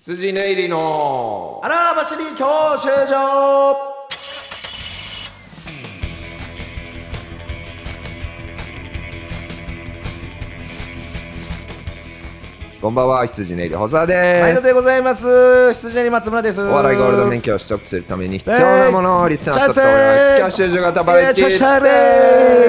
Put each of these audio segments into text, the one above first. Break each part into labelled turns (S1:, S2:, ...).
S1: 羊ネイリの
S2: あらばしり教習所
S1: こんばんは羊ネイリ細田です、
S2: 毎度でございます羊に松村ですお
S1: お笑いゴールド免許を取得するために必要なものをリスナーと共有教習所型バラエティ
S2: チャ
S1: ー
S2: で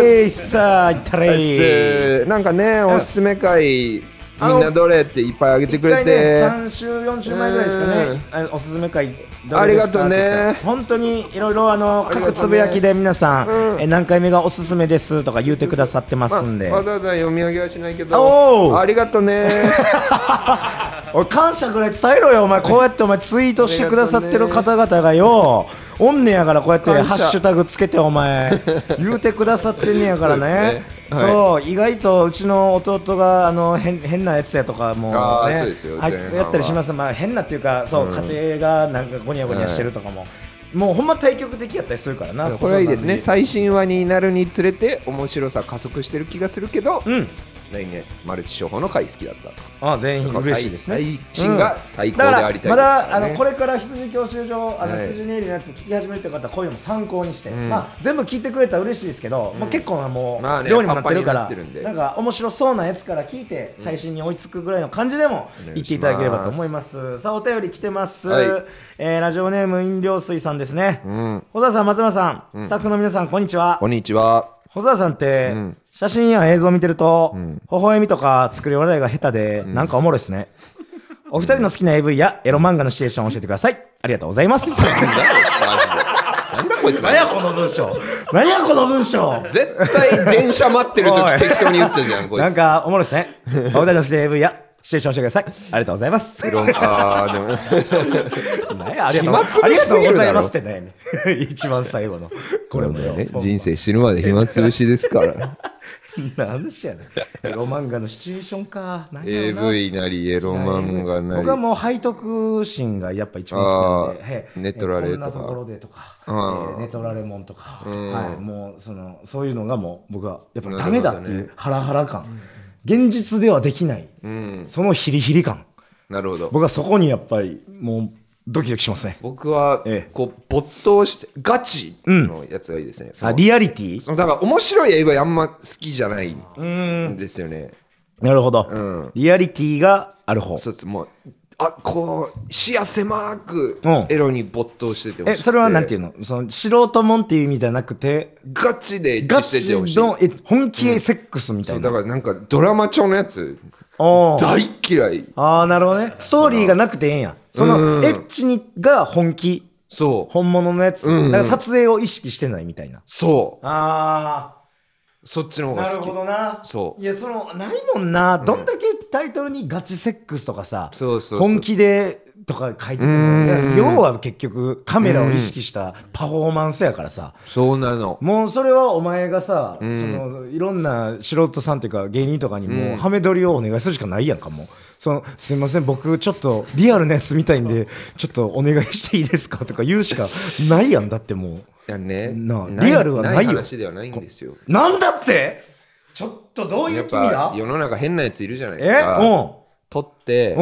S1: です
S2: さあいったれ
S1: ですなんかねおすすめ会
S2: あ
S1: み
S2: の
S1: んなどれっていっぱいあげてくれて、
S2: 3週4週前ぐらいですかねあおすすめ会どれですか
S1: ありがとうね
S2: って言ったら本当にいろいろあの
S1: ありがとう
S2: 各
S1: ね
S2: つぶやきで皆さんえ何回目がおすすめですとか言うてくださってますんで
S1: まあわざわざ読み上げはしないけ
S2: お
S1: ど
S2: ー
S1: ありがと ね
S2: おい感謝ぐらい伝えろよお前こうやってお前ツイートしてくださってる方々がよおんねやからこうやって
S1: 感謝
S2: ハッシュタグつけてお 前言うてくださってんねやから
S1: そ
S2: ね
S1: うですね
S2: そう意外とうちの弟があの変変なやつやとかも
S1: あー
S2: ね
S1: そうですよ
S2: はい
S1: 前半は
S2: やったりしますまあ変なっていうかそう家庭がなんかゴニャゴニャしてるとかももうほんま対極的やったりするからな
S1: これはいいですね
S2: そう
S1: 最新話になるにつれて面白さ加速してる気がするけど、
S2: なんで
S1: 来年マルチ処方の回好きだった
S2: うんあ全員嬉しいですね
S1: 最新が最高でありたいです
S2: だからまだあ
S1: ね
S2: のこれから羊教習所あの、
S1: はい
S2: 羊ネイリのやつ聞き始めるという方こういうのも参考にして、まあ全部聞いてくれたら嬉しいですけど、もう結構なもう、
S1: まあね
S2: 量にもなってるから
S1: パンパンになってるんで
S2: なんか面白そうなやつから聞いて最新に追いつくぐらいの感じでも
S1: お願いします
S2: 言っていただければと思います,、さあお便り来てます、
S1: はい
S2: えーラジオネーム飲料水さんですね、
S1: ん
S2: 小沢さん松村さん、スタッフの皆さんこんにちは
S1: こんにちは
S2: 細田さんって、写真や映像を見てると、微笑みとか作り笑いが下手で、なんかおもろいですね。お二人の好きな AV やエロ漫画のシチュエーションを教えてください。ありがとうございます。
S1: なんだこいつマジでなんだこいつマジ
S2: 何やこの文章何やこの文章
S1: で絶対電車待ってる
S2: おい
S1: 時適当に言ったじゃんこいつ
S2: なんかおもろいですね。お二人の好きな AV やシチュエーションを教えてください。ありがとうございます。
S1: 論あーでも
S2: 何やありがとう
S1: 暇つぶしすぎ
S2: あ
S1: る
S2: りがとうご
S1: だ
S2: ざ
S1: ろ
S2: いますってね。 一番最後の。これもよ。
S1: ね人生死ぬまで暇つぶしですから
S2: 何のしやねん。エロ漫画のシチュエーションか。何やろうな
S1: AV なりエロ漫画な
S2: 僕は
S1: り
S2: もう背徳心がやっぱ一番好きなんで、
S1: あー
S2: はい
S1: 寝取られ
S2: えー
S1: と
S2: こ
S1: か
S2: んなところでとか、え
S1: ん
S2: ー寝取られもんとか、はい、もうそのそういうのがもう僕はやっぱダメだっていうハラハラ感、現実ではできない、そのヒリヒリ感
S1: なるほど
S2: 僕はそこにやっぱりもうドキドキしますね
S1: 僕は
S2: ええ
S1: こう没頭してガチのやつがいいですねそ
S2: あ
S1: の
S2: リアリティ
S1: そのだから面白い AV あんま好きじゃないんですよね
S2: なるほど、
S1: ん
S2: リアリティがある方
S1: そうですもうあこう視野狭く
S2: うん
S1: エロに没頭しててほし
S2: え
S1: くて
S2: それはなんていうのその素人もんっていう意味じゃなくて
S1: ガチでエッ
S2: ガ
S1: チして
S2: チ
S1: てほしい
S2: のえ本気セックスみた
S1: そ
S2: いう
S1: だ
S2: な、
S1: からなんかドラマ調のやつ
S2: おー
S1: 大嫌い
S2: ああ、なるほどね。ストーリーがなくてええんや。その、エッチにが本気。
S1: そう
S2: 本物のやつ。だから撮影を意識してないみたいな。
S1: そ
S2: あ
S1: うそっちの方
S2: あ、
S1: が好
S2: なる
S1: き
S2: ほどな。
S1: そう
S2: いや、その、ないもんな。どんだけタイトルにガチセックスとかさ、
S1: そうそうそう
S2: 本気でとか書いてても、いや要は結局カメラを意識したパフォーマンスやからさ。
S1: そうなの
S2: もうそれはお前がさ、そのいろんな素人さんというか芸人とかにもハメ撮りをお願いするしかないやんかもうそのすいません僕ちょっとリアルなやつみたいんでちょっとお願いしていいですかとか言うしかないやんだっても
S1: いやね
S2: なあ
S1: ない
S2: リアルはな
S1: な
S2: いよ
S1: い話ではないんですよ
S2: うなんだってちょっとどうい
S1: や
S2: う
S1: っ
S2: 意味だ
S1: ぱ世の中変なやついるじゃないです
S2: え
S1: か
S2: う
S1: 撮って
S2: んうん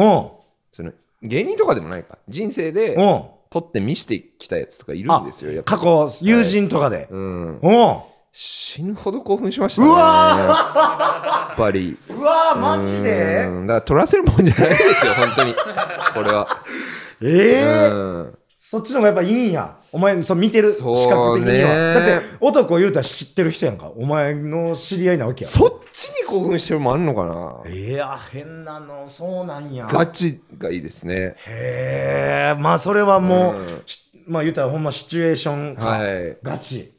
S1: その芸人とかでもないか人生で
S2: うん
S1: 撮って見せてきたやつとかいるん
S2: あ
S1: ですよやっぱ
S2: 過去友人とかで、
S1: うん
S2: うんうわ
S1: 死ぬほど興奮しましたね
S2: ー
S1: やっぱり
S2: うわーマジで
S1: うんだから撮らせるもんじゃないですよ本当にこれは
S2: ええー
S1: うん
S2: そっちの方がやっぱいいんや。お前、そう見てる、視
S1: そうね
S2: 覚的には。だって、男言うたら知ってる人やんか。お前の知り合いなわけや。
S1: そっちに興奮してるもあんのかない
S2: や、変なの、そうなんや。
S1: ガチがいいですね。
S2: へえ、まあ、それはもう、しまあ言うたらほんまシチュエーションか。
S1: はい。
S2: ガチ。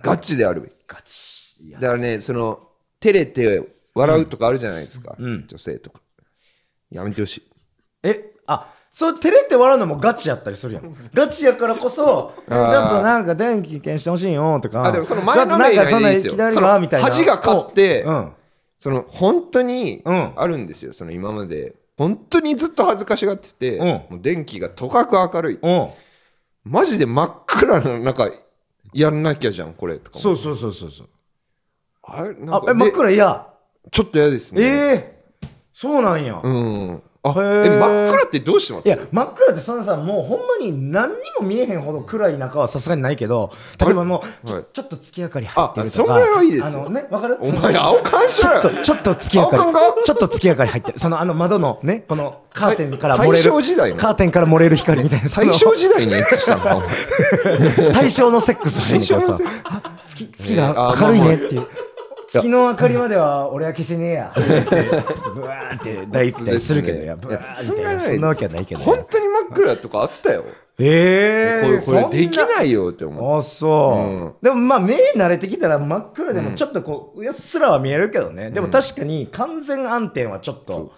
S1: ガチであるべき。
S2: ガチ。いや
S1: だからね、その、照れて笑うとかあるじゃないですか。
S2: ん
S1: 女性とか。やめてほしい。
S2: え、あ、そう、照れて笑うのもガチやったりするやん。ガチやからこそ、えちょっとなんか電気消してほしいよとか。
S1: あ、でもその前の例
S2: ちょっとなんか
S1: 以
S2: そ
S1: 外
S2: んな
S1: でいい
S2: い
S1: です
S2: き
S1: よ。
S2: なり
S1: そ
S2: は
S1: の
S2: みたいな。
S1: 恥が勝って、
S2: うん。
S1: その、本当に
S2: うん
S1: あるんですよ。その今まで。本当にずっと恥ずかしがってて、
S2: うん
S1: もう電気がとかく明るい。
S2: うん。
S1: マジで真っ暗な中、やんなきゃじゃん、これ。とか。。
S2: そううそうそうそうそう。
S1: あれなん
S2: あ
S1: か、
S2: え、真っ
S1: で
S2: 暗いや。
S1: ちょっと嫌ですね。
S2: ええそうなんや。
S1: うん。あえ
S2: ー
S1: 真っ暗ってどうしてます
S2: いや真っ暗ってそんなさもうほんまに何にも見えへんほど暗い中はさすがにないけど例えばもうちょ,、
S1: はい
S2: ちょっと月明かり入ってるとか
S1: あそんぐらいはいいですよ
S2: あのねわかる
S1: お前青缶し
S2: ちょ
S1: ろ
S2: っ
S1: よ
S2: とちょっと月明か
S1: 青缶
S2: り
S1: か
S2: ちょっと月明かり入ってるそのあの窓のねこのカーテンから漏
S1: 大
S2: れる
S1: 正時代の
S2: カーテンから漏れる光みたいなそ
S1: 最
S2: の
S1: 小時代に演出したのかお前
S2: 対象のセックスしてんねんけどさ
S1: 対象の
S2: あ月月が明るいねっていう。月の明かりまでは俺は消せねえや。ブワーって大一体するけど、いや、ブワーみたいな、そんなわけはないけど。
S1: 本当に真っ暗とかあったよこ
S2: ええ
S1: れこれでき
S2: い
S1: ないよって思う
S2: あそう、でもまあ目慣れてきたら真っ暗でもちょっとこううっすらは見えるけどね、でも確かに完全暗転はちょっと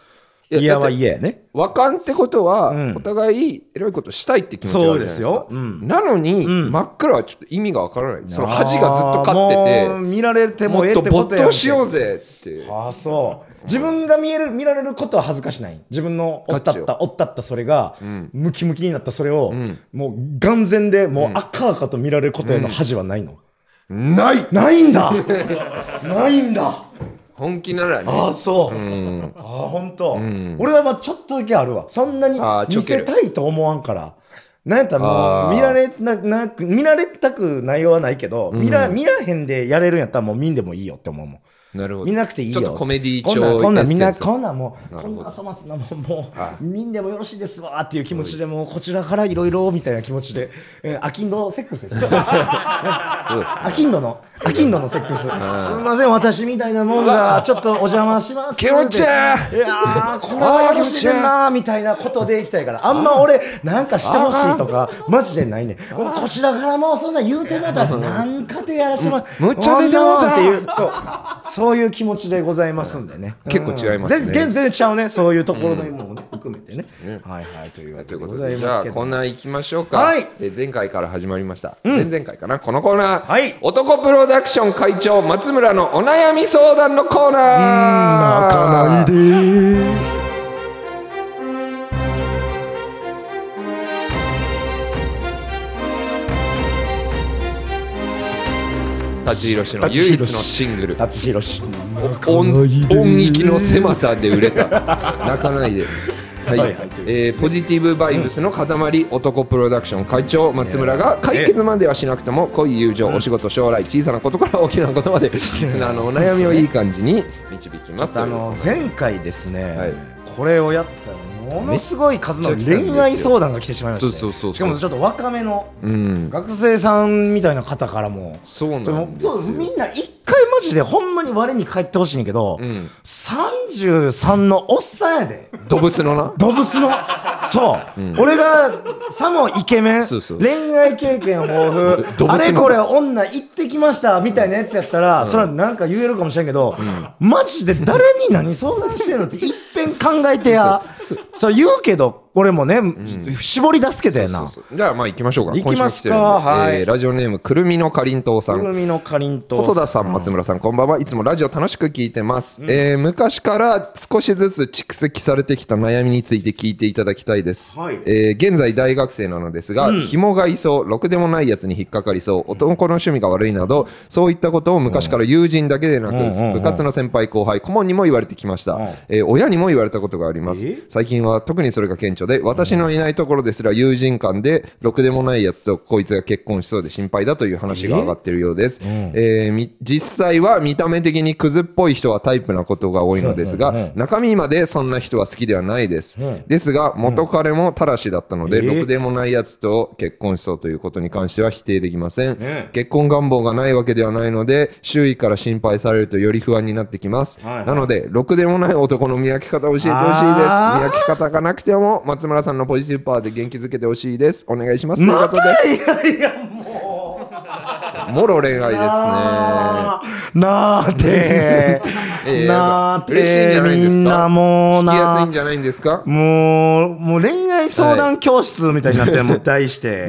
S1: いや
S2: 嫌
S1: だ
S2: は
S1: って
S2: 嫌やね
S1: 和感ってことは、
S2: ん
S1: お互いエロいことしたいって気持ちがあるじゃないですか
S2: そうですようん
S1: なのに、真っ暗はちょっと意味がわからないその恥がずっと勝って
S2: あーもう
S1: て
S2: 見られて
S1: も
S2: もええ
S1: っ
S2: って
S1: と
S2: こと
S1: 没
S2: やん
S1: 頭しようぜって
S2: ああそう自分が見える見られることは恥ずかしない自分のおったっ
S1: ガ
S2: たおったったそれが、ムキムキになったそれを、もう眼前でもう赤々と見られることへの恥はないの、
S1: ない
S2: ないんだないんだ
S1: 本気ならね
S2: ああそう、ああ本当、俺はまあちょっとだけあるわそんなに
S1: あーちょ
S2: 見
S1: ける
S2: せたいと思わんからなんやったらも
S1: あ
S2: う
S1: ー
S2: 見られななく見られたく内容はないけど、見ら見らへんでやれるんやったらもう見んでもいいよって思うもん
S1: なるほど
S2: 見なくていいよ
S1: ちょっとコメディ
S2: こ
S1: 調
S2: んなんこんなんみん
S1: エ
S2: な
S1: ッセンス
S2: こんなんもう
S1: なる
S2: こ
S1: ほど
S2: んな粗末なもんもう見んでもよろしいですわっていう気持ちでもうこちらからいろいろみたいな気持ちで、えー、アキンドセックスです
S1: そうです
S2: アキンドのアキンドのセックスすみません私みたいなもんがちょっとお邪魔します
S1: ケロちゃん
S2: いやーこれはよろしいなーみたいなことでいきたいからあんま俺なんかしてほしいとかマジでないねんこちらからもうそんな言うてもうたらなんかでやらしてもらう
S1: むっちゃ出てもうた
S2: っていうそうそういう気持ちでございますんでね
S1: 結構違いますね
S2: 全全然ちゃうねそういうところのものも含めてねはいはいというわ
S1: と
S2: け
S1: い
S2: で
S1: うこ
S2: ご
S1: と
S2: ざい
S1: で、じ
S2: ま
S1: ゃ
S2: す
S1: あ
S2: けど
S1: コーナー行きましょうか。
S2: はい
S1: えー前回から始まりました。前々回かな、このコーナー。
S2: はい
S1: 男プロダクション会長、松村のお悩み相談のコーナー。
S2: 泣かないでー
S1: 立ち広しの唯一のシングル。
S2: 舘ひろし
S1: 音
S2: 泣かないで
S1: 音域の狭さで売れた。 泣かないで。はい
S2: はいはい
S1: えーポジティブバイブスの塊、男プロダクション会長松村が解決まではしなくても恋友情、お仕事将来小さなことから大きなことま でリスナーのお悩みをいい感じに導きますとい
S2: あ
S1: う
S2: の前回ですね、
S1: はい
S2: これをやったらものすごい数の
S1: めっちゃ来たんですよ
S2: 恋愛相談が来てしまいました、ね、
S1: そうそうそうそう
S2: しかもちょっと若めの
S1: うん
S2: 学生さんみたいな方からも
S1: そう
S2: で
S1: なん
S2: も
S1: です
S2: そ
S1: よ。
S2: うみんな一回マジでほんまに我に返ってほしいんやけど、
S1: ん
S2: 33のおっさんやで
S1: ドブスのな。
S2: ドブスのそう、俺がさもイケメン
S1: そうそう
S2: 恋愛経験豊
S1: ドブ
S2: 富あ
S1: ス
S2: れ
S1: の
S2: これ女行ってきましたみたいなやつやったら、それはなんか言えるかもしれんけど、マジで誰に何相談してんのっていっぺん考えてやそう言うけど俺もね、絞り出すけどやな
S1: そうそうじゃあまあ行きましょうか。
S2: 行きま
S1: 今週も来
S2: すか
S1: てるんで
S2: はい
S1: えーラジオネームくるみのかりんとうさ
S2: くる
S1: ん。
S2: みのかりんとう
S1: 細田さん、松村さん、こんばんは。いつもラジオ楽しく聞いてます。えー昔から少しずつ蓄積されてきた悩みについて聞いていただきたいです。
S2: はい
S1: えー現在大学生なのですが、紐がいそう、ろくでもないやつに引っかかりそう、男の趣味が悪いなど、そういったことを昔から友人だけでなく、部活の先輩後輩、顧問にも言われてきました。えー親にも言われたことがあります
S2: え。
S1: 最近は特にそれが顕著で、私のいないところですら友人間で、ろくでもないやつとこいつが結婚しそうで心配だという話が上がってるようです。えーみ実際は見た目的にクズっぽい人はタイプなことが多いのですが、中身までそんな人は好きではないです。ですが、元彼もたらしだったので、
S2: えー
S1: ろくでもないやつと結婚しそうということに関しては否定できません。
S2: ね
S1: 結婚願望がないわけではないので、周囲から心配されるとより不安になってきます。
S2: はいはい
S1: なので、ろくでもない男の見分け方を教えてほしいです。
S2: あー
S1: 見分け方がなくても、松村さんのポジティブパワーで元気づけてほしいです。お願いします。という
S2: ま
S1: ことで
S2: たいやいやもう
S1: もろ恋愛ですね。
S2: なーて
S1: えー
S2: なーて
S1: 嬉しいんじゃないですか。
S2: みんなもう
S1: 聞きやすい
S2: なん
S1: じゃないんですか。
S2: もう、もう恋愛相談教室みたいになってる、もう題して。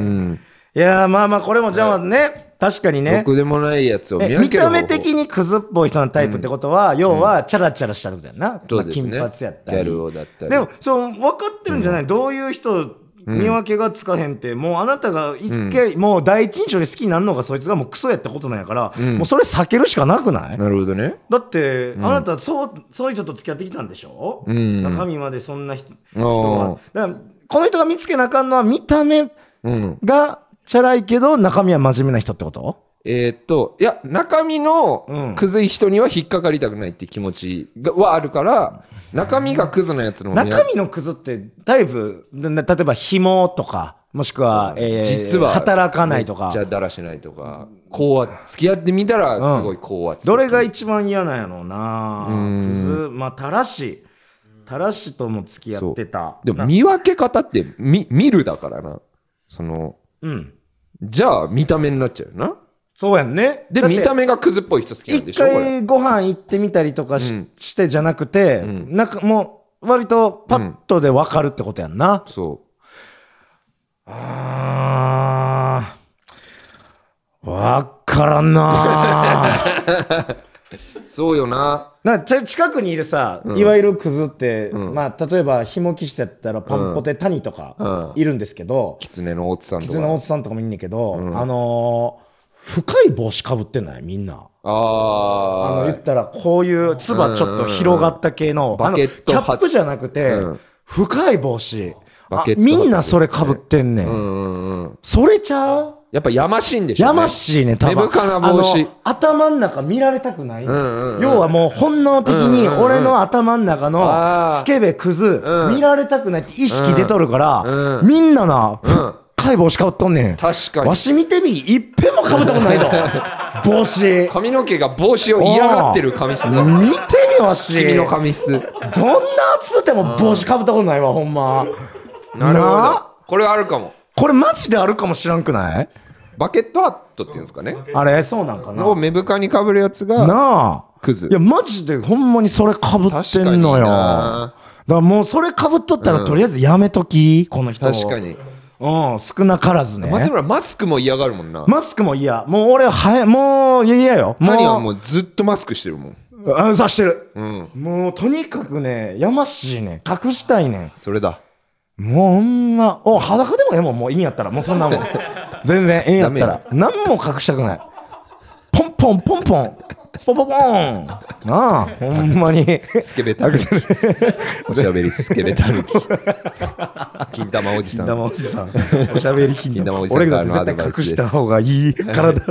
S2: いやー、まあまあ、これもじゃあね、確かに
S1: ろ
S2: ね。
S1: くでもないやつを見
S2: え
S1: 分
S2: 見
S1: ける
S2: た
S1: 方法。
S2: 目的にクズっぽい人のタイプってことは、要はチャラチャラしたってことだよな、
S1: そう
S2: まあ
S1: ですね
S2: 金髪やった
S1: ギ
S2: り
S1: ャル男だったり
S2: でもそう分かってるんじゃない、どういう人見分けがつかへんって、もうあなたが一回、もう第一印象で好きになるのがそいつがもうクソやったことなんやから、もうそれ避けるしかなくない、
S1: なるほどね。
S2: だって、あなたそうそういう人と付き合ってきたんでしょ、
S1: ん
S2: 中身までそんな人
S1: あー
S2: 人はだからこの人が見つけなあかんのは見た目
S1: うん。
S2: がチャラいけど中身は真面目な人ってこと
S1: えーっと、いや、中身
S2: う
S1: の
S2: ん
S1: クズい人には引っかかりたくないって気持ちがはあるから、中身がクズなやつの方に
S2: 中身のクズってタイプなな例えば紐とかもしくは、えー
S1: 実は
S2: 働かないとか
S1: じゃあだらしないとか、高圧、付き合ってみたらすごい高圧。
S2: どれが一番嫌なんやろうなクズまあたらしタラしとも付き合ってた
S1: でも見分け方って見見るだからな。その、
S2: うん
S1: じゃあ見た目になっちゃうよな。
S2: そうやんね
S1: で、
S2: だって
S1: 見た目がクズっぽい人好きなんで
S2: 一
S1: しょこれ。
S2: 回ご飯行ってみたりとかし,、
S1: うん
S2: てじゃなくて、
S1: ん
S2: なんかもう割とパッとで分かるってことやんな、
S1: そ
S2: あー分からん な
S1: う。そうよな。
S2: なんかち近くにいるさ、いわゆるクズって、まあ、例えばひもきしやったらパンポテ谷とかいるんですけど、
S1: 狐のおっさん
S2: キ
S1: と
S2: ツネ
S1: か。
S2: おっさんとかもいんねんけど、あのー深い帽子かぶってないみんな。あの
S1: あ
S2: 言ったらこういうつばちょっと広がった系の
S1: うんうん
S2: あ
S1: バ
S2: の
S1: ケ
S2: キ
S1: ット
S2: ャップじゃなくて
S1: うん
S2: 深い帽子
S1: バ
S2: あ
S1: ケット
S2: みんなそれかぶってんね
S1: あ。うんんうん。
S2: それちゃう
S1: やっぱやましいんでしょ、ね。
S2: やましいね多分
S1: 目深な帽子
S2: あの頭ん中見られたくない要
S1: んうん
S2: はもう本能的に
S1: うんうんうん
S2: 俺の頭ん中
S1: あ
S2: の
S1: ー
S2: スケベクズ
S1: うん
S2: 見られたくないって意識出とるから
S1: うん
S2: みんなな
S1: うん
S2: 深い帽子かぶっとんねん
S1: 確かに
S2: わし見てみいっぺんもかぶったことな いぞ帽子
S1: 髪の毛が帽子を嫌がってる髪質だ。
S2: 見てみわし
S1: 君の髪質。
S2: どんな暑でも帽子かぶったことないわほんま
S1: なるほ
S2: あ
S1: ど。これはあるかも。
S2: これマジであるかもしらんくない
S1: バケットハットっていうんですかね。
S2: あれそうなんかな
S1: を目深にかぶるやつが
S2: なあ
S1: クズ
S2: いやマジでほんまにそれかぶってんの
S1: 確かにな
S2: よだからもうそれかぶっとったらとりあえずやめときこの人
S1: 確かに
S2: うん少なからずね
S1: 松村マスクも嫌がるもんな
S2: マスクも嫌もう俺はやもういや嫌よもう
S1: 谷はもうずっとマスクしてるもん
S2: うんさしてる
S1: うん
S2: もうとにかくねやましいね隠したいねん
S1: それだ
S2: もうほんま、お、裸でもええもん、もういいんやったら、もうそんなも ん。全然ええんやったら、何も隠したくない。ポンポンポンポン、スポポポーン。なあ、ほんまに。
S1: スケベタヌキ おしゃべりスケベタ ヌキ金玉おじさん
S2: おじさん、おしゃべり金
S1: 金玉おじさん
S2: 俺
S1: から
S2: が
S1: のアド
S2: 絶
S1: バ
S2: 対
S1: イスで
S2: 隠
S1: す
S2: した方がいい 体、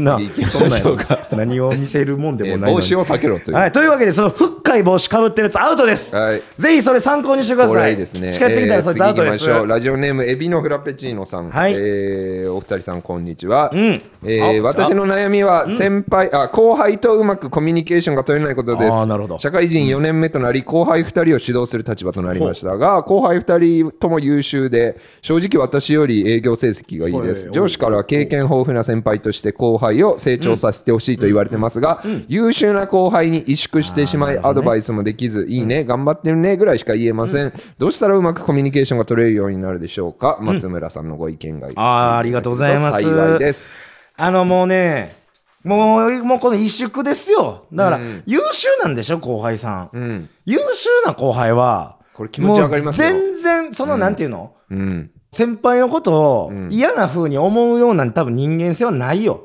S2: なあ
S1: いきまし
S2: そんなんや
S1: ょう
S2: ろ
S1: か
S2: 何を見せるもんで
S1: え
S2: も
S1: ー
S2: ないの
S1: 帽
S2: に
S1: 子を避けろという
S2: はい、というわけで、その深い帽子かぶってるやつアウトです。
S1: はい
S2: ぜひそれ参考にしてくだ
S1: これ
S2: さ
S1: はい
S2: い。
S1: いですね
S2: 近寄ってきたらそいつ
S1: えー
S2: アウトです。
S1: 次行きましょうラジオネームエビのフラペチーノさん、
S2: はい
S1: えーお二人さんこんにちは、
S2: ん
S1: えー
S2: あ
S1: 私の悩みは先輩、あ後輩とうまくコミュニケーションが取れないことです
S2: あーなるほど
S1: 社会人4年目となり後輩2人を指導する立場となりましたが後輩2人とも優秀で正直私より営業成績がいいです上司からは経験豊富な先輩として後輩を成長させてほしいと言われてますが優秀な後輩に萎縮してしまいアドバイスもできずいいね頑張ってるねぐらいしか言えませんどうしたらうまくコミュニケーションが取れるようになるでしょうか松村さんのご意見がいただけると
S2: あーありがとうございます
S1: 幸いです
S2: あのもうね、もう、もうこの萎縮ですよ。だから、優秀なんでしょ、後輩さん。
S1: うん
S2: 優秀な後輩は、
S1: これ気持ち上がりますよ
S2: もう全然、その、なんていうの、
S1: うん
S2: 先輩のことを嫌な風に思うような多分人間性はないよ。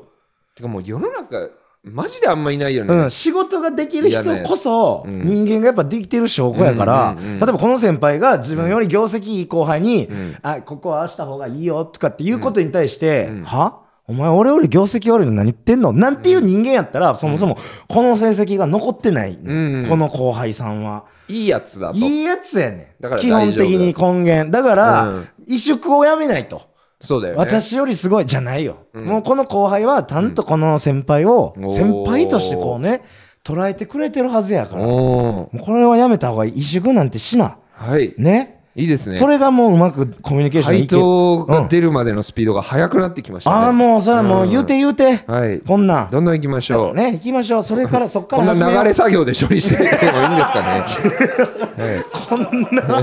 S1: てかもう世の中マジであんまいないよね、
S2: うん、仕事ができる人こそ
S1: 嫌なやつ
S2: 人間がやっぱできてる証拠やから、
S1: うんうんうんうん
S2: 例えばこの先輩が自分より業績いい後輩に、あここはああした方がいいよとかっていうことに対して、はお前俺より業績悪いの何言ってんのなんていう人間やったら、そもそもこの成績が残ってない、
S1: ん
S2: この後輩さんは。
S1: いいやつだと
S2: いいやつやね
S1: だか
S2: ん。
S1: ら
S2: 基本的に根源。だから、
S1: うん
S2: 萎縮をやめないと。
S1: そうだよね
S2: 私よりすごいじゃないよ、もうこの後輩はちゃんとこの先輩を
S1: うん
S2: 先輩としてこうね捉えてくれてるはずやからも
S1: おー
S2: うこれはやめた方がいい萎縮なんてしな
S1: はい
S2: ね
S1: いいですね
S2: それがもううまくコミュニケーションい
S1: 回
S2: ける
S1: 答が出るまでのスピードが速くなってきましたね。
S2: ああもうそれはもう言うて言うて、
S1: はい
S2: こんなん
S1: どんどん行きましょう。
S2: ね行きましょうそれからそっから
S1: こん
S2: 始めよう
S1: な流れ作業で処理していってもいいんですか ね。
S2: こ ん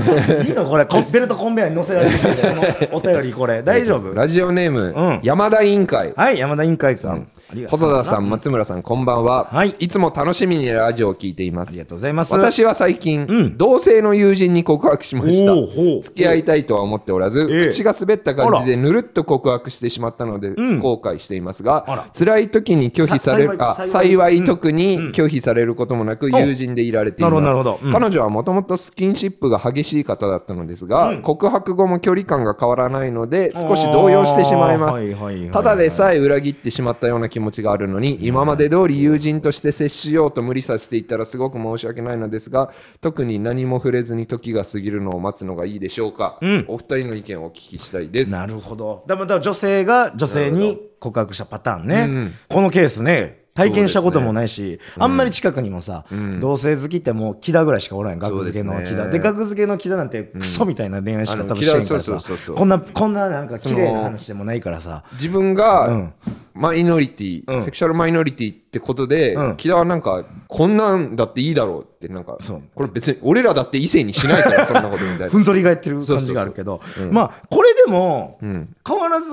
S2: ないいのこれコンベルトコンベヤーに載せられてるこのお便りこれ大丈夫
S1: ラジオネーム、
S2: うん
S1: 山田委員会。
S2: はい山田委員会さん、りがとう
S1: 細田さん、松村さん、こんばんは。
S2: はい
S1: いつも楽しみにラジオを聞いていま
S2: あり
S1: す
S2: が。とうございます。
S1: 私は最近、
S2: ん
S1: 同性の友人に告白しました
S2: おうほう
S1: 付き合いたいとは思っておらず、
S2: ええ
S1: 口が滑った感じ
S2: あ
S1: でぬるっと告白してしまったので、
S2: ん
S1: 後悔しています
S2: あら
S1: が辛い時に拒否される
S2: さ
S1: あ
S2: 幸い
S1: 幸い
S2: 幸い
S1: 特に拒否されることもなく、友人でいられています
S2: なるほどなるほどうん
S1: 彼女はもともとスキンシップが激しい方だったのですが、告白後も距離感が変わらないので少し動揺してしまいま
S2: あーはいはいはいは
S1: す
S2: い
S1: ただでさえ裏切ってしまったような気持ちがあるのに今まで通り友人として接しようと無理させていったらすごく申し訳ないのですが特に何も触れずに時が過ぎるのを待つのがいいでしょうか、お二人の意見をお聞きしたいです
S2: なるほど。だからだから女性が女性に告白したパターンね。このケースね。体験したこともないし、あんまり近くにもさ、同性好きってもう木田ぐらいしかおらんやん、学付けの木
S1: そうで
S2: 田。
S1: すね
S2: で、学付けの木田なんてクソみたいな恋愛しか多分してんか
S1: あ
S2: ら
S1: の木田そうそう
S2: さ
S1: そうそう
S2: こんな、こんななんか綺麗な
S1: その
S2: 話でもないからさ。
S1: 自分がマイノリティ、セクシャルマイノリティってことで、
S2: ん
S1: 木田はなんかこんなんだっていいだろうってなんか
S2: そう
S1: これ別に俺らだって異性にしないからそんなことみたいな
S2: ふんぞり返ってる感じがあるけど、まあ、これでも、変わらず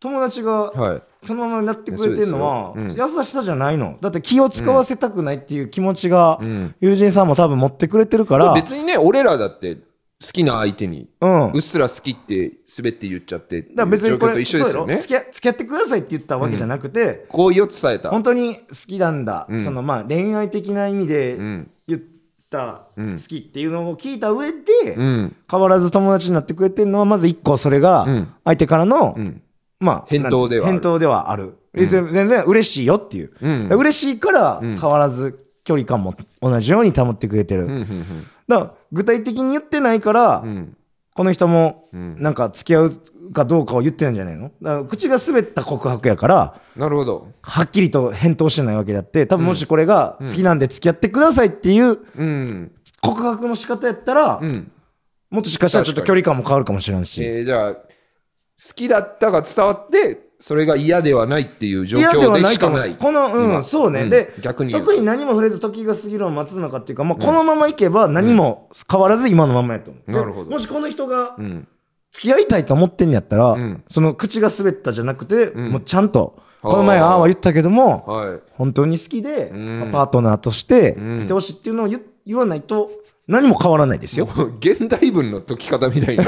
S2: 友達が
S1: はい
S2: そのままやってくれてるのは、優しさじゃないの。だって気を使わせたくないっていう気持ちが、友人さんも多分持ってくれてるから、
S1: 別にね俺らだって好きな相手に、
S2: う
S1: うんっすら好きって滑って言っちゃってっていう
S2: だから別に
S1: 状
S2: こ
S1: 況
S2: れ
S1: と一緒ですよね
S2: そうやろ付き合付き合ってくださいって言ったわけじゃなくて、
S1: 好意を伝えた
S2: 本当に好きなんだ、そのまあ恋愛的な意味で
S1: ん
S2: 言った、
S1: ん
S2: 好きっていうのを聞いた上で、
S1: うん
S2: 変わらず友達になってくれてるのはまず一個それが
S1: うん
S2: 相手からの、
S1: ん
S2: まあ
S1: 返答ではある
S2: なんて返答ではある、え全全然嬉しいよっていう、
S1: うん
S2: 嬉しいから変わらず距離感も同じように保ってくれてる、
S1: うんう
S2: だか
S1: ん
S2: ら具体的に言ってないから、
S1: うんうん
S2: この人も
S1: ん
S2: なんか付き合うかどうかを言ってないんじゃないのだから口が滑った告白やから
S1: なるほど
S2: はっきりと返答してないわけであって多分もしこれが好きなんで付き合ってくださいってい
S1: う
S2: う
S1: ん
S2: 告白の仕方やったら、
S1: うん
S2: もっとしかしたらちょっと距離感も変わるかもしれん
S1: え
S2: し、
S1: ーじゃあ好きだったが伝わってそれが嫌ではないっていう状
S2: 嫌
S1: 況
S2: は
S1: で
S2: な
S1: し
S2: い
S1: か
S2: と思う
S1: ない
S2: この、うん、そうね。
S1: うん
S2: で、
S1: 逆に言う
S2: 特に何も触れず時が過ぎるのを待つのかっていうか、もうこのままいけば何も変わらず今のままやと思う。
S1: なるほど
S2: でもしこの人が
S1: うん
S2: 付き合いたいと思ってんやったら、
S1: ん
S2: その口が滑ったじゃなくて、もうちゃんと、
S1: あー
S2: この前ああは言ったけども、
S1: は
S2: 本当に好きで、
S1: ん
S2: まあパートナーとして
S1: ん
S2: いてほしいっていうのを言言わないと、何も変わらないです
S1: い
S2: よ。
S1: もう現代文の解き方みた いな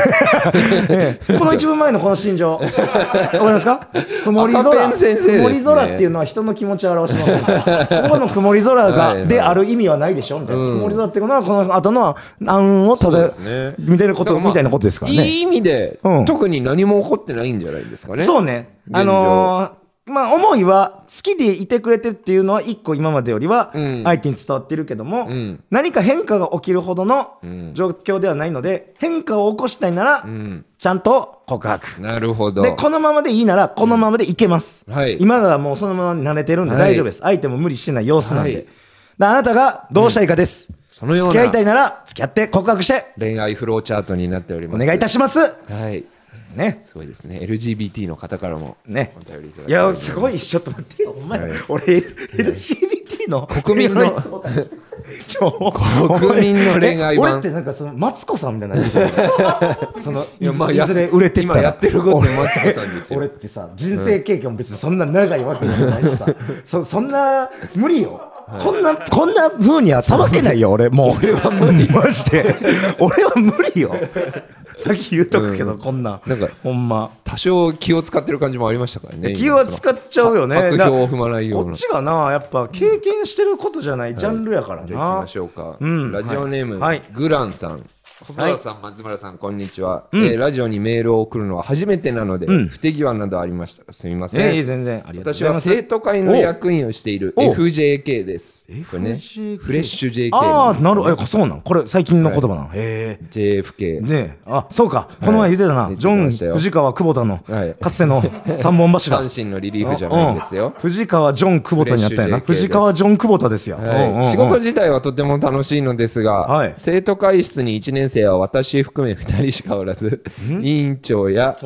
S2: ええこの一文前のこの心情。わかりま すか曇り
S1: 赤ペ
S2: 空。
S1: ン先生ですね
S2: 曇り空っていうのは人の気持ちを表 しますから。ここの曇り空
S1: はいは
S2: が、
S1: い
S2: である意味はないでしょみたいな。曇り空っていうのは、この後の暗雲をた
S1: そう
S2: だ
S1: ですね、
S2: みたいなこ
S1: だか
S2: と、
S1: らまあ
S2: みたいなことですからね。
S1: いい意味で、
S2: うん
S1: 特に何も起こってないんじゃないですかね
S2: そうね。
S1: 現状
S2: あのー、まあ、思いは、好きでいてくれてるっていうのは、一個今までよりは、
S1: うん
S2: 相手に伝わってるけども
S1: ん、
S2: 何か変化が起きるほどの状況ではないので、変化を起こしたいなら、ちゃんと告白。
S1: なるほど
S2: で、このままでいいなら、このままでいけます。
S1: うんはい
S2: 今はもうそのまま慣れてるんで
S1: はい
S2: 大丈夫です。相手も無理してない様子なんで。
S1: はい
S2: であなたがどうしたいかです。
S1: そのような
S2: 付き合いたいなら、付き合って告白して、
S1: 恋愛フローチャートになっており
S2: お
S1: ます
S2: 願いいたします。
S1: はい
S2: ね。
S1: すごいですね LGBT の方からも
S2: ね
S1: お便りいただきました
S2: いや、すごい、ちょっと待ってよ。お前、俺、LGBT の。
S1: 国民の
S2: エロい相談。ちょ
S1: 国民の恋愛版
S2: え俺ってなんかその、マツコさんみ たいな。その、い
S1: やまあ
S2: ずい
S1: や
S2: ずれ売れてったら
S1: 今やってることマツコさんですよ
S2: 俺ってさ、人生経験も別にそんな長いわけじゃないしさ、そそんな、無理よ。こんな、こんな風にはさばけないよ、俺。もう、俺は無理。まして。 俺は無理よ。さっき言うとくけど、こんな。
S1: なんか
S2: ほんま。
S1: 多少気を使ってる感じもありましたからね
S2: 気は使
S1: っ
S2: っちゃうよね。
S1: 白
S2: だ
S1: 票を踏まないよう
S2: こ
S1: な
S2: っちがな、やっぱ経験してることじゃないジャンルやから
S1: じ
S2: な。
S1: ゃあ行きましょうか、
S2: ん
S1: ラジオネーム、
S2: はい
S1: グランさん細田さん、松村さん、こんにちは、えーラジオにメールを送るのは初めてなので、不手際などありましたらすみません。
S2: ええ全然ありがとうご
S1: 私
S2: ざい
S1: は
S2: ます。
S1: 生徒会の役員をしている
S2: お
S1: FJK です。これね
S2: FJK
S1: フレッシュ JK
S2: あ
S1: なん
S2: あ、
S1: です
S2: な
S1: け
S2: る
S1: ど。
S2: ほど。えそうなんこれ最近の言葉なの。へえ。
S1: JFK。
S2: ねえ、あ、そうか。この前言ってたな。
S1: はい
S2: ジ
S1: 言って
S2: ョ
S1: ました
S2: ン、
S1: よ
S2: 藤川、久保田の、
S1: はい
S2: かつ ての三本柱。
S1: 阪神のリリーフじゃないんです
S2: うん
S1: よ。
S2: 藤川、ジョン、久保田になったよな。
S1: フレッシュ JK です
S2: 藤川、ジョン、久保田ですよ。うんうんう
S1: は
S2: ん
S1: い、仕事自体はとても楽しいのですが、
S2: はい
S1: 生徒会室に1年生は私含め2人しかおらず委員長や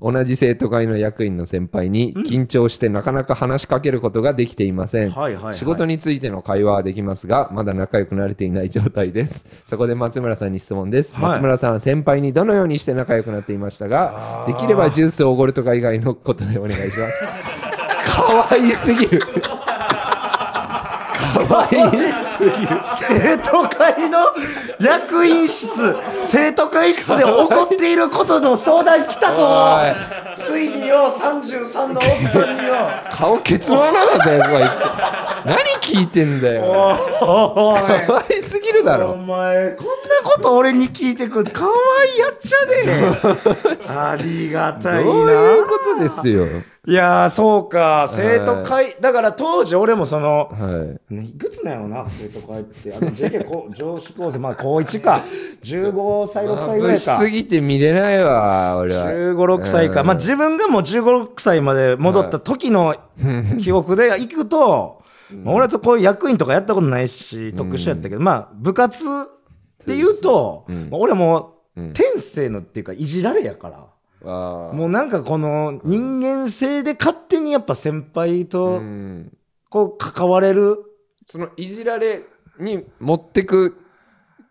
S1: 同じ生徒会の役員の先輩に緊張してなかなか話しかけることができていません、
S2: はいはいはい
S1: 仕事についての会話はできますがまだ仲良くなれていない状態ですそこで松村さんに質問です、
S2: はい
S1: 松村さんは先輩にどのようにして 仲良くなっていましたができればジュースをおごるとか以外のことでお願いします可愛すぎる。可愛いすぎる。
S2: 生徒会の役員室、生徒会室で起こっていることの相談来たぞついによ、33のおっさんによ。
S1: 顔ケツ穴だぜ、こいつ。何聞いてんだよ。
S2: おい
S1: 可愛すぎるだ
S2: お
S1: ろ。
S2: 前、こんなこと俺に聞いてくる。かわいいやっちゃねえ。ありが
S1: ど
S2: た
S1: う
S2: いな。
S1: いうことですよ。
S2: いやー、そうか。生徒会、だから当時俺もその、
S1: はい。
S2: ね、いくつなんやろな、生徒会って。あの、JK こう上司高生、まあ、高1か。15歳、6歳ぐら
S1: 眩
S2: い
S1: しす
S2: か。
S1: ぎて見れないわ、俺は。
S2: 15、6歳か。まあ、自分がもう15、6歳まで戻った 時の記憶で行くと、まあ俺はこういう役員とかやったことないし、特殊やったけど、まあ、部活で言うと、まあ俺も天性のっていうか、いじられやから。
S1: あ
S2: もうなんかこの人間性で勝手にやっぱ先
S1: ー
S2: 輩
S1: う
S2: と
S1: ん。
S2: こう関われる
S1: そのいじられに持ってく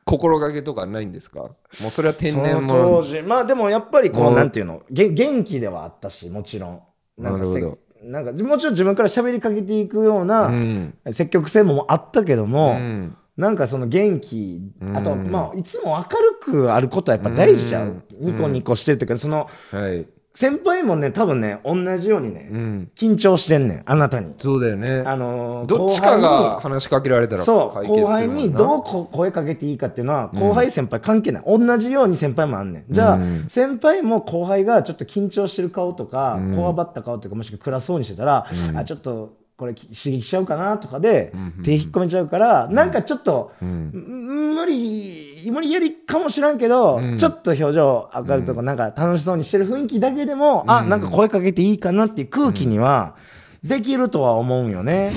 S1: 心がけとかないんですかもうそれは天
S2: その
S1: 然
S2: 当
S1: も
S2: 時まあでもやっぱりこ
S1: も
S2: う
S1: う
S2: なんていうのげ元気ではあったしもちろんなんかせ
S1: なるほ
S2: なんかもちろん自分から喋りかけていくよ
S1: の。う。
S2: うなん積極性もあったけど
S1: う
S2: も、
S1: ん。
S2: なんかその元気
S1: うん
S2: あとまあいつも明るくあることはやっぱ大事じゃんニコニコしてるというかその
S1: はい。
S2: 先輩もね多分ね同じようにね
S1: うん。
S2: 緊張してんねんあなたに。
S1: そうだよね。
S2: あのー
S1: どっちか
S2: 後輩
S1: が
S2: に
S1: 話しかけられたら
S2: そう後輩にどう
S1: う
S2: こ声かけていいかっていうのは後輩先輩関係ない、同じように先輩もあんねんじゃあ、
S1: うん
S2: 先輩も後輩がちょっと緊張してる顔とか
S1: うん
S2: こわばった顔とかもしくは暗そうにしてたら、あちょっとこれき刺激しちゃうかなとかで手引っ込めちゃうから、なんかちょっと、
S1: ん
S2: ん無理無理やりかもしらんけど、ちょっと表情明るいとかなんか楽しそうにしてる雰囲気だけでも、あなんか声かけていいかなっていう空気には。できるとは思うんよ ね。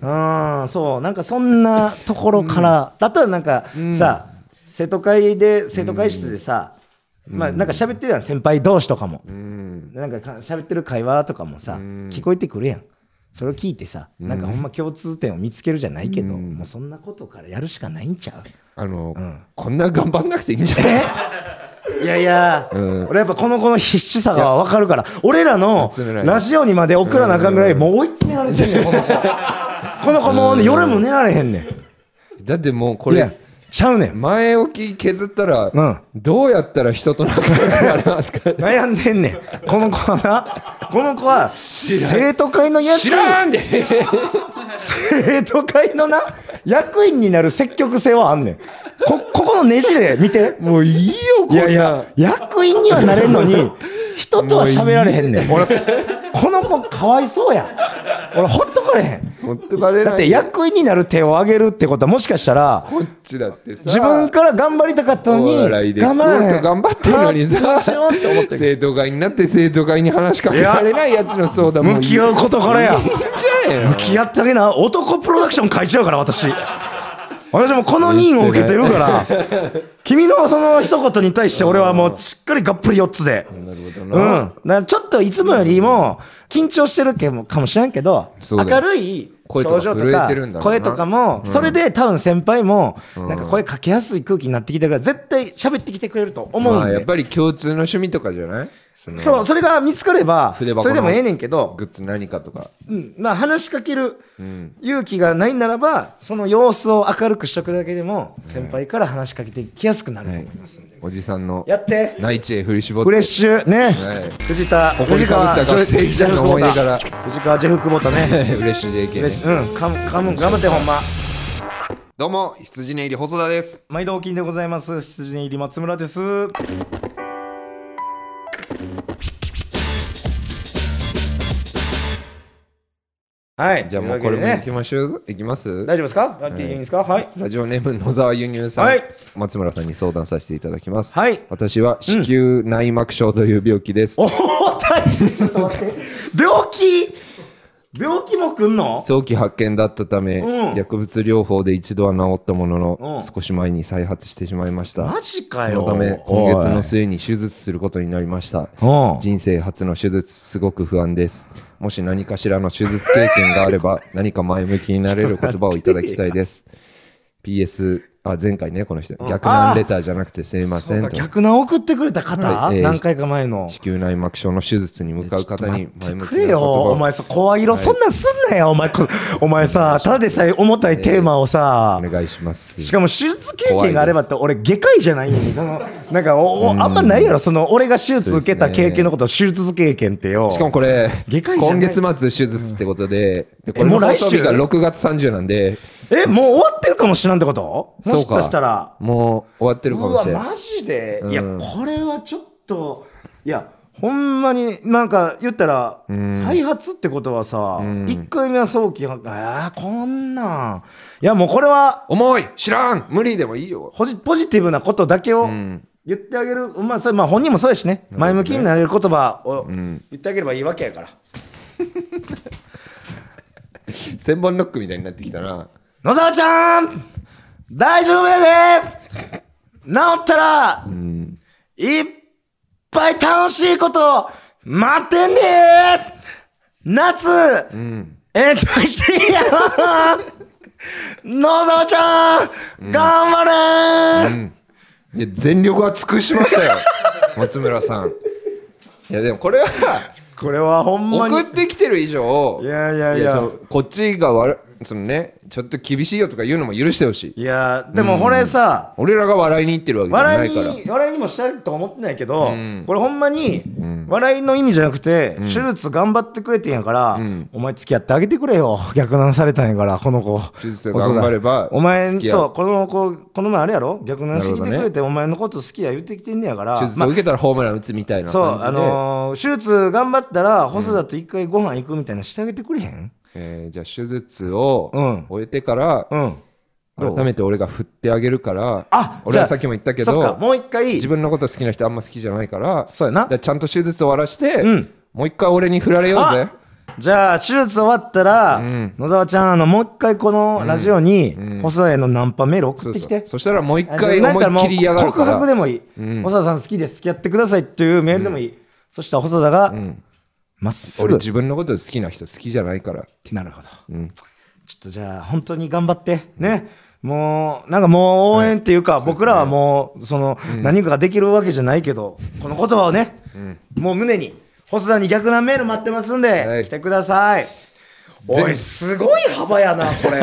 S2: うん、そう、なんかそんなところから、だったらなんか、さ、生徒会で、生徒会室でさ、まあなんか喋ってるやん、先輩同士とかも。
S1: うん
S2: なんかか喋ってる会話とかもさ、聞こえてくるやん。それを聞いてさ、なんかほんま共通点を見つけるじゃないけど、もうそんなことからやるしかないんちゃ
S1: あの、こんな頑張んなくていいんじゃないう
S2: いやいや、俺やっぱこの子の必死さがわかるから、俺らの
S1: 集めない
S2: ラジオにまで送らなあかんぐらい、もう追い詰められてんねん、この子。この子もうね夜も寝られへんねん。
S1: だってもうこ
S2: いや
S1: れ、
S2: ちゃうねん。
S1: 前置き削ったら、
S2: うん
S1: どうやったら人と仲良くなれますか
S2: 悩んでんねん。この子はな、この子は、生徒会の 役
S1: 知らんで
S2: 生徒会のな、役員になる積極性はあんねん。こ、ここのねじれ、見て。
S1: もういいよ、こん
S2: いやい
S1: な
S2: や。、役員にはなれんのに、人とは喋られへんねん。俺、この子かわいそうや。俺、ほっとかれへん。
S1: 持ってかれない
S2: だって役員になる手を挙げるってことは、もしかしたら、
S1: こっちだってさ
S2: 自分から頑張りたかったの
S1: お
S2: に、
S1: 笑いで頑張
S2: 頑張
S1: ら
S2: ら
S1: ない
S2: れへ
S1: と
S2: ん。
S1: 頑張ってるのに
S2: ど
S1: さ
S2: うしようって思って
S1: 生徒会になって生徒会に話しかけられないやつの相談も
S2: 向き合うことからや
S1: いいんじゃねえの
S2: 付き合ってあげな男プロダクション書いちゃうから私私もこの任を受けてるから君のその一言に対して俺はもうしっかりがっぷり4つで
S1: なるほど
S2: うんだ
S1: な、
S2: からちょっといつもよりも緊張してるけもかもしれんけど
S1: そうだよ
S2: 明るい
S1: 声
S2: 表
S1: とか
S2: 情と
S1: 震え
S2: か
S1: てるんだろうな
S2: 声とかもそれで多分先輩もなんか声かけやすい空気になってきてるから絶対喋ってきてくれると思
S1: ま
S2: う
S1: あ
S2: ん
S1: やっ
S2: で
S1: ぱり共通の趣味とかじゃないその
S2: そうそれが見つかればそ
S1: 筆箱の
S2: れでもええねんけど
S1: グッズ何かとか
S2: うんまあ、話しかける勇気がないならば、その様子を明るくしとくだけでも、先輩から話しかけてきやすくなると思いますんで。
S1: おじさんの
S2: やって
S1: 内地へ振り絞っ
S2: フレッ
S1: て
S2: シュね、藤田、
S1: こに
S2: 藤川、
S1: 被った学生時代の思い出から
S2: 藤川、ジェフ久保田 ね。
S1: フレッシュでいけ
S2: フレッシュうん、かむ、かむ、頑張ってほんま。
S1: どうも羊ねいり細田です
S2: 毎度お金でございます。羊に入り松村です。はい、
S1: じゃあもうこれも行
S2: ね
S1: き。ましょう行きます
S2: 大丈夫ですかやっていいんですかはい。
S1: ラジオネーム野沢輸入さん、
S2: はい
S1: 松村さんに相談させていただきます、
S2: はい
S1: 私は子宮内膜症という病気です、
S2: おお大変ちょっと待って病気病気も来んの
S1: 早期発見だったため、
S2: うん
S1: 薬物療法で一度は治ったものの、
S2: うん
S1: 少し前に再発してしまいました
S2: マジか
S1: そ
S2: よ
S1: のため今月の末に手術することになりました
S2: おい
S1: 人生初の手術すごく不安ですもし何かしらの手術 経験があれば何か前向きになれる言葉をいただきたいです PS あ前回ねこの人逆ナンレターじゃなくてすいませ
S2: そうんか
S1: と
S2: 逆な送ってくれた方、
S1: はいえー
S2: 何回か前の
S1: 子宮内膜症の手術に向かう方に前向き
S2: く
S1: な
S2: れ
S1: 言葉
S2: よ
S1: を
S2: お前さ声色、そんなんすんなよお前こお前さただでさえ重たいテーマをさ
S1: お、願いします
S2: しかも手術経験があればって俺外科医じゃないのにそのなんかおおあんまないやろその俺が手術受けた経験のことを手術経験ってよ
S1: しかもこれ
S2: 外科医じゃ
S1: 今
S2: ない
S1: 月末手術ってことででこれ
S2: も
S1: も
S2: う
S1: 放
S2: 来週
S1: 送日が6月30なんで
S2: えもう終わってるかもしれんってことも
S1: そう
S2: しかしたら
S1: もう終わってる
S2: う
S1: かも
S2: わ
S1: しれない
S2: マジで、いやこれはちょっといやほんまになんか言ったら、再発ってことはさ、一1回目は早期発見あーこんなんいやもうこれは
S1: 重い知らん無理でもいいよ
S2: ポジポジティブなことだけを言ってあげる、まあそれまあ、本人もそうやしね前向きになれる言葉を言ってあげればいいわけやから、
S1: 千本ノックみたいになってきたな
S2: 野沢ちゃん大丈夫やで治ったら、いっぱい楽しいこと待ってんで夏、エンジョイしてや野沢ちゃん、頑張れ、
S1: いや全力は尽くしました よ松村さんいやでもこれは
S2: これは ほんまに
S1: 送ってきてる以上
S2: いやいやいや
S1: そうこっちが悪いそのねちょっと厳しいよとか言うのも許してほしい
S2: いやーでもこれさ、
S1: 俺らが笑いに行ってるわけじゃな
S2: 笑
S1: い
S2: い
S1: から
S2: に笑いにもしたいとは思ってないけど、これほんまに、笑いの意味じゃなくて、手術頑張ってくれてんやから、お前付き合ってあげてくれよ逆ナンされたんやからこの子
S1: 手術頑張れば
S2: お前
S1: 付き合う
S2: そうこの子この前あれやろ逆ナンしてきてく
S1: なる
S2: れ
S1: ほ
S2: て、お前のこと好きや言ってきてんねやから
S1: 手術を
S2: まあ
S1: 受けたらホームラン打つみたいな
S2: そう
S1: 感じで、
S2: あのー手術頑張ったら細田と一回ご飯行くみたいなのしてあげてくれへん
S1: えーじゃあ手術を
S2: うん
S1: 終えてから、
S2: うんどう
S1: 改めて俺が振ってあげるから
S2: あ
S1: 俺は
S2: じゃ
S1: さ
S2: あ
S1: っきも言ったけ
S2: そっか
S1: ど
S2: もう一回
S1: 自分のこと好きな人あんま好きじゃないから
S2: そうやな
S1: だからちゃんと手術終わらして、
S2: うん
S1: もう一回俺に振られようぜ
S2: あじゃあ手術終わったら、野沢ちゃんあのもう一回このラジオに細田へのナンパメール送
S1: そ
S2: っ
S1: う
S2: てき
S1: そ
S2: て
S1: うそしたらもう一回
S2: なん
S1: 思
S2: か
S1: い
S2: も
S1: っ
S2: う
S1: きり嫌がるか
S2: 告
S1: ら
S2: 白でもいい、細田さん好きです付き合ってくださいっていうメールでもいい、そしたら細田がま、っす
S1: 俺
S2: ぐ
S1: 自分のこと好きな人好きじゃないから
S2: なるほど、ちょっとじゃあ本当に頑張ってねもうなんかもう応援っていうか、僕らはもうその、何かができるわけじゃないけどこの言葉をね、もう胸に細田に逆なメール待ってますんで、
S1: はい
S2: 来てくださいおいすごい幅やな これ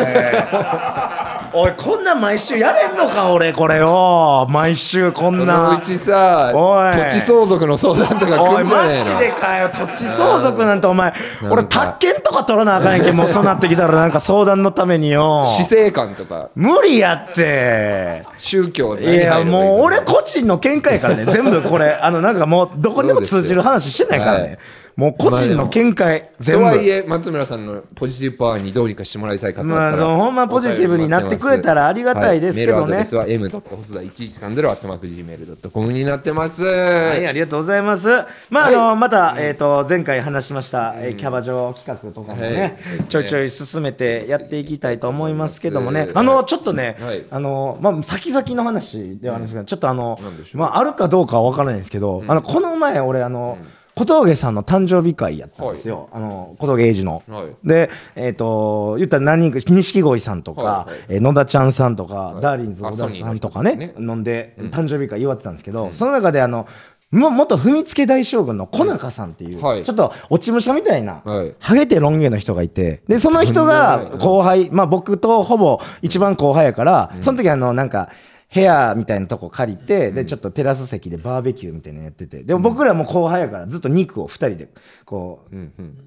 S2: おいこんなん毎週やれんのか俺これよ毎週こん
S1: そ
S2: な
S1: のうちさ
S2: おい
S1: 土地相続の相談とか
S2: お
S1: 来
S2: い
S1: んじゃ
S2: マ
S1: ね
S2: ジ
S1: え
S2: でかよ土地相続なんてお前俺宅建とか取らなあかんやんけもうそうなってきたらなんか相談のためによ
S1: の 死生観とか
S2: 無理やって
S1: 宗教何
S2: い
S1: 入れば
S2: や
S1: の
S2: もう俺個人の見解 からね全部これあのなんかもうどこにも通じる話してないか
S1: そ
S2: ら
S1: うで
S2: ねもう個人の見解全
S1: と
S2: 部
S1: はいえ松村さんのポジティブパワーにどうにかしてもらいたい方だったら、
S2: まあそのほんまポジティブになってくれたらありがたいですけど
S1: はい
S2: ね
S1: メールアドレスは m. 細田1130 atmarkgmail.com になってます、
S2: はい、ありがとうございます。まあ、あの、また、えっと、前回話しました、えーキャバ嬢企画とかも
S1: は
S2: ね
S1: いそうですね、
S2: ちょいちょい進めてやっていきたいと思いますけどもね
S1: は。い
S2: あの、ちょっとね
S1: はい、
S2: あの、まあ、先々の話ではあるんですけど、ちょっとあの
S1: んでし、ょ
S2: まあ、あるかどうかはわからないんですけど、あの、この前、俺、あの、小峠さんの誕生日会やったんですよ。あの、小峠英二の。
S1: はい
S2: で、えっ、と、言ったら何人か、錦鯉さんとか、
S1: はいはい
S2: えー野田ちゃんさんとか、ダーリンズ小
S1: あ
S2: 田
S1: ソニー
S2: さ
S1: の
S2: ん
S1: 人
S2: と
S1: とか
S2: か
S1: ね
S2: ね、飲んで、誕生日会祝ってたんですけど、その中であの、も元踏みつけ大将軍の小中さんっていう、
S1: はい
S2: ちょっと落ち武者みたいな、
S1: はい
S2: ハゲてロン毛の人がいて、で、その人
S1: とんでも
S2: が
S1: ない
S2: 後輩、まあ僕とほぼ一番後輩やから、その時あの、なんか、部屋みたいなとこ借りて、で、ちょっとテラス席でバーベキューみたいなのやってて、でも僕らも後輩やからずっと肉を二人で、こう、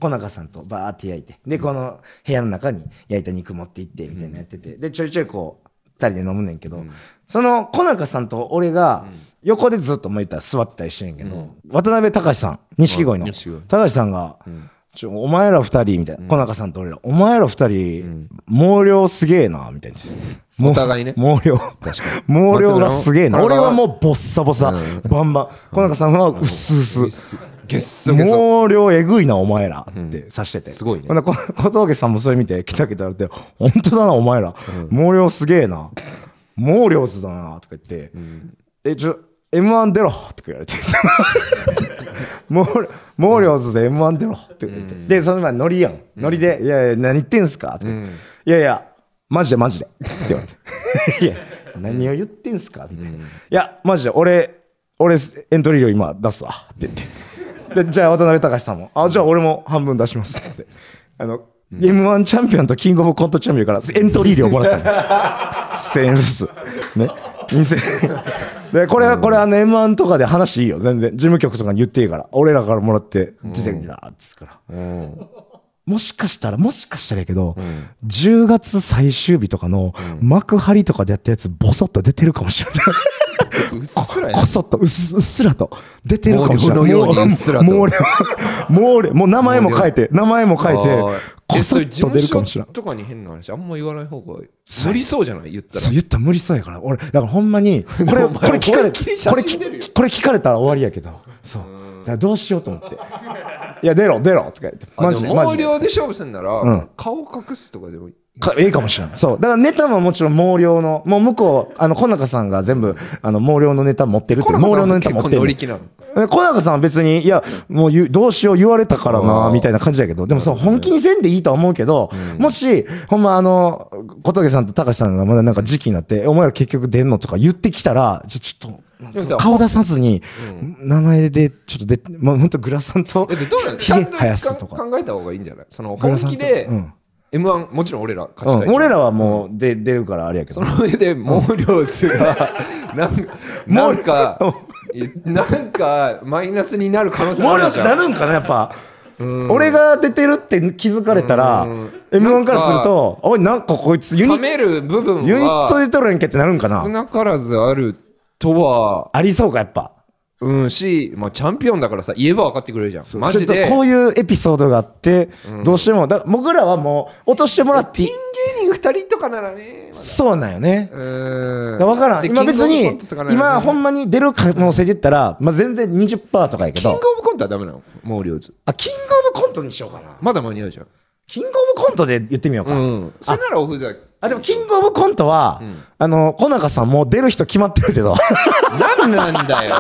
S2: 小中さんとバーって焼いて、で、この部屋の中に焼いた肉持って行って、みたいなのやってて、で、ちょいちょいこう、二人で飲むねんけど、その小中さんと俺が横でずっともう言ったら座ってたりしてんやけど、渡辺隆さん錦鯉の
S1: 錦鯉
S2: 隆さんが、ちょ「お前ら二人」みたいな、小中さんと俺ら「お前ら二人、毛量すげえな」みたいなお
S1: お互いね
S2: 毛量毛量がすげえな
S1: 松村
S2: 俺
S1: の
S2: はもうボッサボサ、バンバン小中さんはうすうす
S1: ゲッソゲソ
S2: 毛量えぐいなお前らってさしてて、
S1: すごいね
S2: ほんでこ小峠さんもそれ見てキタキタ言われて「本当だなお前ら、毛量すげえな毛量図だな」とか言って「えちょ m 1出ろ」とか言われて「毛毛量図で m 1出ろ」とか言って、でその前ノリやんノリ で「いやいや何言ってんすか」とか言って、いやいやマジでマジで」って言われて「いや何を言ってんすかみたいな。いや、マジで、俺、俺、エントリー料今出すわ。って言って。で、じゃあ渡辺隆さんも、あ、じゃあ俺も半分出します。って。あの、M1 チャンピオンとキングオブコントチャンピオンからエントリー料もらった1000円ずつ。ね。2000円。で、これは、これあの M1 とかで話いいよ。全然。事務局とかに言っていいから。俺らからもらって出てるんだ、つから。うんもしかしたら、もしかしたらやけど、うん、10月最終日とかの幕張とかでやったやつ、ボソッと出てるかもしれない。うっすらやこそっとうっすらと出てるかもしれない。
S1: もう
S2: 俺は、もう俺、もう名前も書いて、名前も書いて、こそっと出るかもしれない。
S1: とかに変な話、あんま言わない方が無理そうじゃない言ったら。
S2: そう、言ったら無理そうやから。俺、だからほんま に、これ、これ聞かれ、これ、これ聞かれたら終わりやけど。そう。だからどうしようと思って。いや、出ろ、出ろとか言って。
S1: マジで。毛量で勝負するなら、うん、顔隠すとかでもいい。
S2: かええかもしれない。そう。だからネタももちろん毛量の、もう向こう、あの、小中さんが全部、あの、毛量のネタ持ってるって、毛量のネタ持ってる。小中さんは別に、いや、もうゆどうしよう言われたからな、みたいな感じだけど、でもそう、本気にせんでいいとは思うけど、うん、もし、ほんまあの、小峠さんと高橋さんがまだなんか時期になって、お前ら結局出んのとか言ってきたら、じゃちょっと、顔出さずに、名前でちょっとで、まあ、本当グラさんと、
S1: ひげ生やすとか。考えた方がいいんじゃないその、本気で、M1、もちろん俺ら
S2: 貸したい、俺らはもう出、出るからあれやけど。
S1: その上で、毛量数 が、なんなんか、なんか、マイナスになる可能性
S2: あるじゃん。毛量数なるんかな、やっぱ。俺が出てるって気づかれたら、M1 からすると、おい、なんかこいつ
S1: ユニッ
S2: ト出とるんけってなるんかな。
S1: 少なからずあるとは。
S2: ありそうか、やっぱ。
S1: うんし、まあ、チャンピオンだからさ、言えば分かってくれるじゃん。マジで。
S2: こういうエピソードがあって、うん、どうしても、だ僕らはもう、落としてもらって。
S1: ピン芸人2人とかならね。
S2: ま、そうなんよね。うん。分からん。今別に、ね、今ほんまに出る可能性で言ったら、まあ、全然20%とかやけど。
S1: キングオブコントはダメなの毛量図。
S2: あ、キングオブコントにしようかな。
S1: まだ間に合うじゃん。。
S2: キングオブコントで言ってみようか。うん
S1: それならオフだ
S2: あ、でも、キングオブコントは、うん、あの、小中さんもう出る人決まってるけど。
S1: 何なんだよ。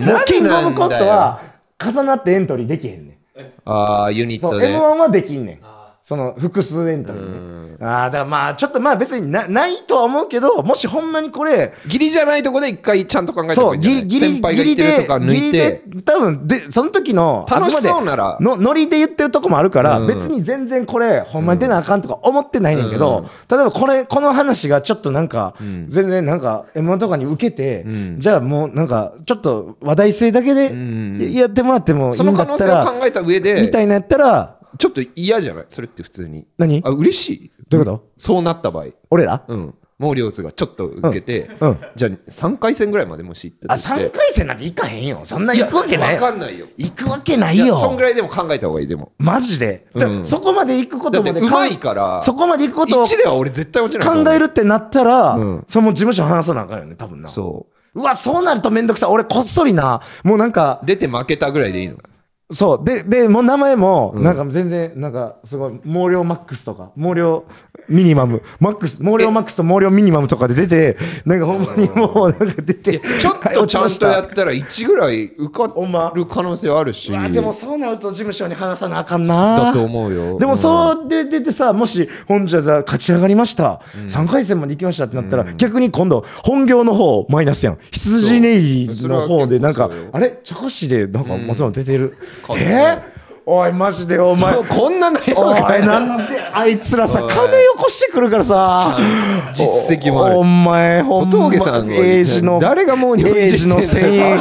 S2: もう、キングオブコントは、重なってエントリーできへんね
S1: ん。ああ、ユニット
S2: で。M1 はできんねん。その、複数エントリー、ね。ーああ、だからまあ、ちょっとまあ別にな、ないとは思うけど、もしほんまにこれ。
S1: ギリじゃないとこで一回ちゃんと考えてそう、
S2: ギリ、ギリ、ギリで、ギリで、多分、で、その時の、
S1: 楽しそうなら。
S2: の、ノリで言ってるとこもあるから、うん、別に全然これ、ほんまに出なあかんとか思ってないねんけど、うん、例えばこれ、この話がちょっとなんか、うん、全然なんか、M1 とかに受けて、じゃあもうなんか、ちょっと話題性だけで、やってもらってもいいん
S1: その可能性を考えた上で、
S2: みたいなやったら、
S1: ちょっと嫌じゃないそれって普通に。
S2: 何
S1: あ、嬉しい。
S2: どういうこと
S1: そうなった場合。
S2: 俺ら
S1: うん。毛量津がちょっと受けて、うんうん、じゃあ3回戦ぐらいまでもし行って
S2: あ、3回戦なんて行かへんよ。そんな行くわけない。
S1: わかんないよ。
S2: 行くわけないよ。
S1: そんぐらいでも考えた方がいい、でも。
S2: マジで、うん、そこまで行くことまで。
S1: うまいから、
S2: そこまで行くことを。。
S1: 1では俺絶対落ちない
S2: 考えるってなったら、うん、それも事務所話さなあかんよね、多分な。。
S1: そう
S2: うわ、そうなるとめんどくさい。俺こっそりな、もうなんか。
S1: 出て負けたぐらいでい いの
S2: そう。で、で、もう名前も、なんか全然、なんか、すごい、毛量マックスとか、毛量ミニマム、マックス、毛量マックスと毛量ミニマムとかで出て、なんかほんまにもう、なんか出て、
S1: ちょっとちゃんとやったら1ぐらい受かる可能性はあるし。
S2: でもそうなると事務所に話さなあかんな
S1: だと思うよ。
S2: でもそうで出てさ、もし、本社が勝ち上がりました、うん、3回戦まで行きましたってなったら、逆に今度、本業の方マイナスやん。羊ネイの方で、なんか、あれ茶菓子で、なんか、松山出てる。えおいマジでお前
S1: こんなの
S2: お前なんであいつらさ金よこしてくるからさ
S1: 実績もある
S2: お前ほんま英
S1: 二の誰がもう
S2: 英二の1000円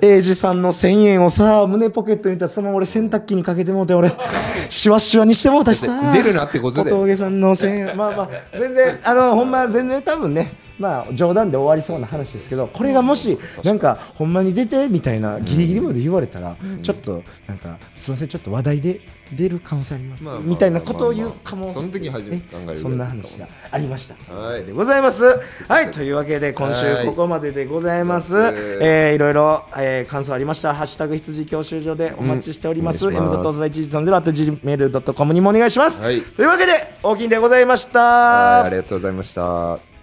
S2: 英二さんの1000円をさ胸ポケットに入れたらそのまま俺洗濯機にかけてもうて俺しわしわにしてもうたしさ
S1: 出るなってことで
S2: 小峠さんの1000円まあまあ全然あのほんま全然多分ねまあ、冗談で終わりそうな話ですけどこれがもしなんかほんまに出てみたいなギリギリまで言われたらちょっとなんかすみませんちょっと話題で出る可能性ありますみたいなことを言うかも
S1: その時初めて考える
S2: そんな話がありました
S1: はい
S2: でございますはいというわけで今週ここまででございますえー、いろいろ、えー、感想ありましたハッシュタグ羊教習所でお待ちしております m ドット在地三ゼロあと gmail ドットコムにもお願いしますというわけで大きいんでございました
S1: ありがとうございました